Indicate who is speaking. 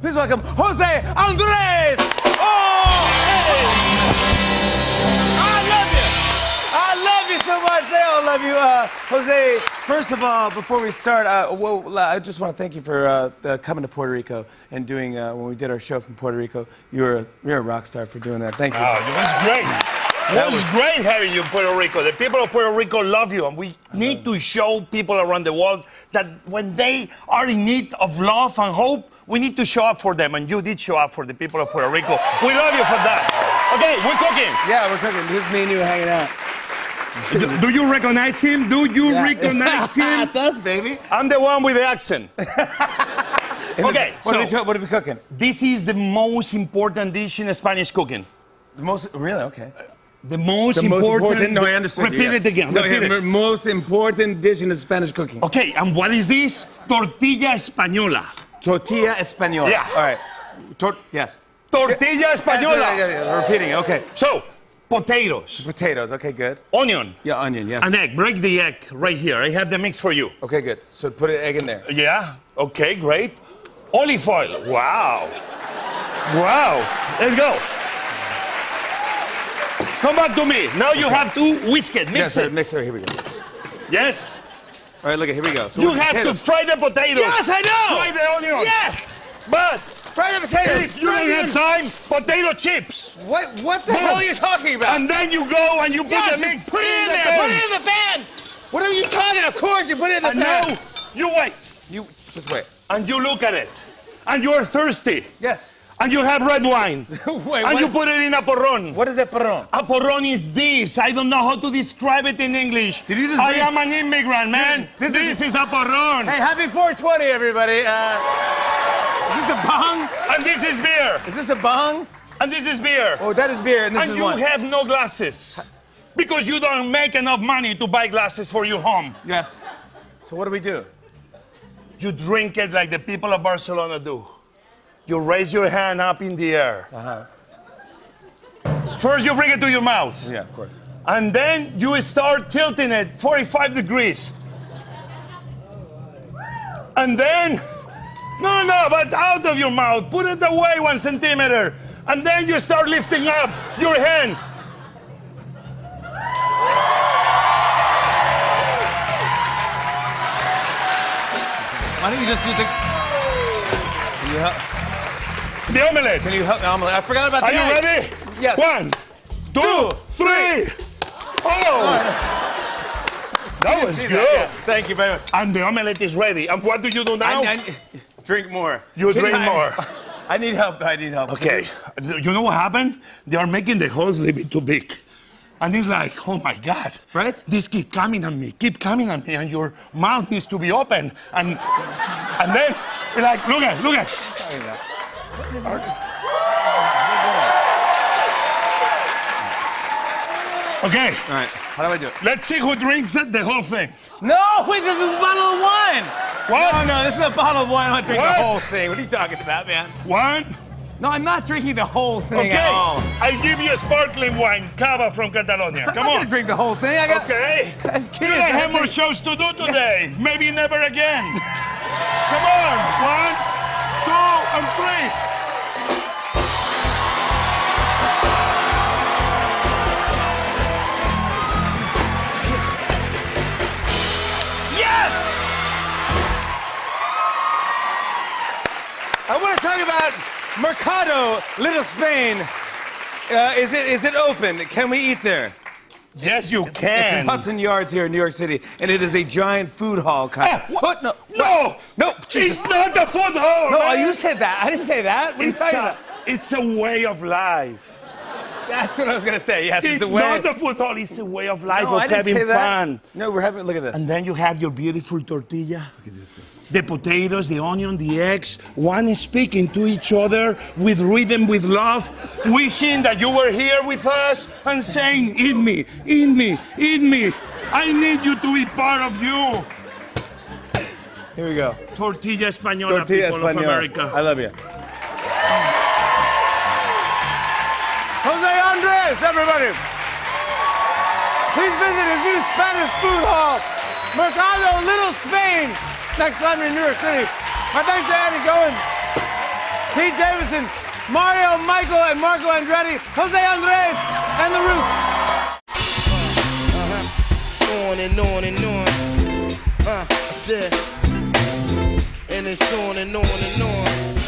Speaker 1: Please welcome Jose Andres. Oh, hey. I love you. I love you so much. They all love you. Uh, Jose, first of all, before we start, uh, well, I just want to thank you for uh, the, coming to Puerto Rico and doing, uh, when we did our show from Puerto Rico, you were a, you're a rock star for doing that. Thank you.
Speaker 2: Wow, Oh, it was great. It was, great having you in Puerto Rico. The people of Puerto Rico love you, and we need to show people around the world that when they are in need of love and hope, we need to show up for them, and you did show up for the people of Puerto Rico. We love you for that. Okay, we're cooking.
Speaker 1: Yeah, we're cooking. Just me and you hanging out.
Speaker 2: Do, do you recognize him? Do you
Speaker 1: Yeah.
Speaker 2: recognize him?
Speaker 1: That's us, baby.
Speaker 2: I'm the one with the accent.
Speaker 1: And
Speaker 2: Okay,
Speaker 1: what, are we
Speaker 2: so-
Speaker 1: do- what are we cooking?
Speaker 2: This is the most important dish in Spanish cooking.
Speaker 1: The most, really? Okay.
Speaker 2: The most,
Speaker 1: The most important. No, I understand.
Speaker 2: Repeat it again.
Speaker 1: No,
Speaker 2: repeat
Speaker 1: yeah,
Speaker 2: it. Oh.
Speaker 1: most important dish in Spanish cooking.
Speaker 2: Okay, and what is this? Tortilla española.
Speaker 1: Tortilla española.
Speaker 2: Yeah.
Speaker 1: All right. Tor- yes.
Speaker 2: Tortilla
Speaker 1: Yeah, yeah,
Speaker 2: española.
Speaker 1: yeah, yeah, Repeating. Okay.
Speaker 2: So, potatoes,
Speaker 1: Potatoes. Okay, good.
Speaker 2: onion,
Speaker 1: Yeah, onion. Yes.
Speaker 2: an egg. Break the egg right here. I have the mix for you.
Speaker 1: okay, good. So put an egg in there.
Speaker 2: Yeah, okay, great. Olive oil. Wow. Wow. Let's go. Come back to me. Now you have to whisk it,
Speaker 1: Yes,
Speaker 2: mix
Speaker 1: sir,
Speaker 2: it.
Speaker 1: mixer. Here we go.
Speaker 2: Yes.
Speaker 1: All right, look, here we go. So
Speaker 2: You
Speaker 1: we're
Speaker 2: have to
Speaker 1: potatoes.
Speaker 2: fry the potatoes.
Speaker 1: Yes, I know.
Speaker 2: Fry the onion.
Speaker 1: Yes.
Speaker 2: But
Speaker 1: Fry the potatoes.
Speaker 2: if you
Speaker 1: fry
Speaker 2: don't
Speaker 1: the
Speaker 2: have
Speaker 1: onions.
Speaker 2: time, potato chips.
Speaker 1: What, what the hell are you talking about?
Speaker 2: And then you go and you put
Speaker 1: Yes,
Speaker 2: the mix.
Speaker 1: put it in
Speaker 2: the
Speaker 1: there.
Speaker 2: pan.
Speaker 1: Put it in the pan. What are you talking? Of course you put it in the
Speaker 2: And
Speaker 1: pan.
Speaker 2: now you wait.
Speaker 1: You just wait.
Speaker 2: And you look at it. And you are thirsty.
Speaker 1: Yes.
Speaker 2: And you have red wine.
Speaker 1: Wait,
Speaker 2: and
Speaker 1: what-
Speaker 2: you put it in a porron.
Speaker 1: What is that perron?
Speaker 2: A porron is this. I don't know how to describe it in English.
Speaker 1: Did you just
Speaker 2: I
Speaker 1: make-
Speaker 2: am an immigrant, man.
Speaker 1: Dude, this
Speaker 2: this is, a porron.
Speaker 1: Hey, happy 420, everybody. Uh, is this a bong?
Speaker 2: And this is beer.
Speaker 1: Is this a bong?
Speaker 2: And this is beer.
Speaker 1: Oh, that is beer, and this
Speaker 2: and
Speaker 1: is
Speaker 2: you
Speaker 1: one.
Speaker 2: have no glasses. Because you don't make enough money to buy glasses for your home.
Speaker 1: yes. So what do we do?
Speaker 2: You drink it like the people of Barcelona do. You raise your hand up in the air.
Speaker 1: Uh-huh.
Speaker 2: First, you bring it to your mouth.
Speaker 1: Yeah, of course.
Speaker 2: And then you start tilting it 45 degrees. And then, no, no, but out of your mouth, put it away one centimeter. And then you start lifting up your hand.
Speaker 1: Why don't you just do the... Can you help?
Speaker 2: The omelette.
Speaker 1: Can you help me? omelet? I forgot about
Speaker 2: Are
Speaker 1: the
Speaker 2: you
Speaker 1: egg.
Speaker 2: ready?
Speaker 1: Yes.
Speaker 2: One, two, three. Oh! That was
Speaker 1: See that?
Speaker 2: good.
Speaker 1: Yeah. Thank you very much.
Speaker 2: And the omelette is ready. And what do you do now?
Speaker 1: I, I, drink more.
Speaker 2: You
Speaker 1: Can
Speaker 2: drink
Speaker 1: I-
Speaker 2: more.
Speaker 1: I need help. I need help.
Speaker 2: Okay, you know what happened? They are making the holes a little bit too big. And it's like, oh my God.
Speaker 1: Right?
Speaker 2: This keep coming at me, keep coming at me, and your mouth needs to be open. And and then, you're like, look at, look at. Okay,
Speaker 1: All right. How do I do it?
Speaker 2: let's see who drinks it, the whole thing.
Speaker 1: No, wait, this is a bottle of wine. No,
Speaker 2: What?
Speaker 1: no, this is a bottle of wine. I'm not drinking
Speaker 2: What?
Speaker 1: the whole thing. What are you talking about, man?
Speaker 2: One.
Speaker 1: No, I'm not drinking the whole thing
Speaker 2: Okay,
Speaker 1: at all.
Speaker 2: I give you a sparkling wine, Cava from Catalonia.
Speaker 1: I'm
Speaker 2: Come
Speaker 1: not
Speaker 2: on.
Speaker 1: gonna drink the whole thing. I got.
Speaker 2: Okay.
Speaker 1: I have kids.
Speaker 2: You
Speaker 1: I
Speaker 2: don't have
Speaker 1: have
Speaker 2: more
Speaker 1: to-
Speaker 2: shows to do today. Maybe never again. Come on. One, two, and three. Yes!
Speaker 1: I want to talk about Mercado, Little Spain. Uh, is it is it open? Can we eat there?
Speaker 2: Yes, you
Speaker 1: It's
Speaker 2: can.
Speaker 1: in Hudson Yards here in New York City, and it is a giant food hall kind.
Speaker 2: Ah,
Speaker 1: of-
Speaker 2: what?
Speaker 1: What? Oh, No.
Speaker 2: No!
Speaker 1: No, Jesus.
Speaker 2: It's not the food hall!
Speaker 1: No, oh,
Speaker 2: man.
Speaker 1: you said that. I didn't say that. What are you
Speaker 2: It's
Speaker 1: talking
Speaker 2: a,
Speaker 1: about?
Speaker 2: it's a way of life.
Speaker 1: That's what I was gonna say. Yes,
Speaker 2: It's,
Speaker 1: the way.
Speaker 2: not a food hall, it's a way of life
Speaker 1: no,
Speaker 2: of
Speaker 1: I didn't
Speaker 2: having
Speaker 1: say that.
Speaker 2: fun.
Speaker 1: No, we're having. Look at this.
Speaker 2: And then you have your beautiful tortilla. The potatoes, the onion, the eggs, one is speaking to each other with rhythm, with love, wishing that you were here with us and saying, Eat me, eat me, eat me. I need you to be part of you.
Speaker 1: Here we go.
Speaker 2: Tortilla Española,
Speaker 1: Tortilla
Speaker 2: people of
Speaker 1: Española.
Speaker 2: America.
Speaker 1: I love you. Jose Andres, everybody. Please visit his new Spanish food hall, Mercado Little Spain, next time you're in New York City. My thanks to Annie Cohen. Pete Davidson, Mario, Michael, and Marco Andretti, Jose Andres, and The Roots.
Speaker 3: on and on and on. Uh, I said, and it's on and on and on.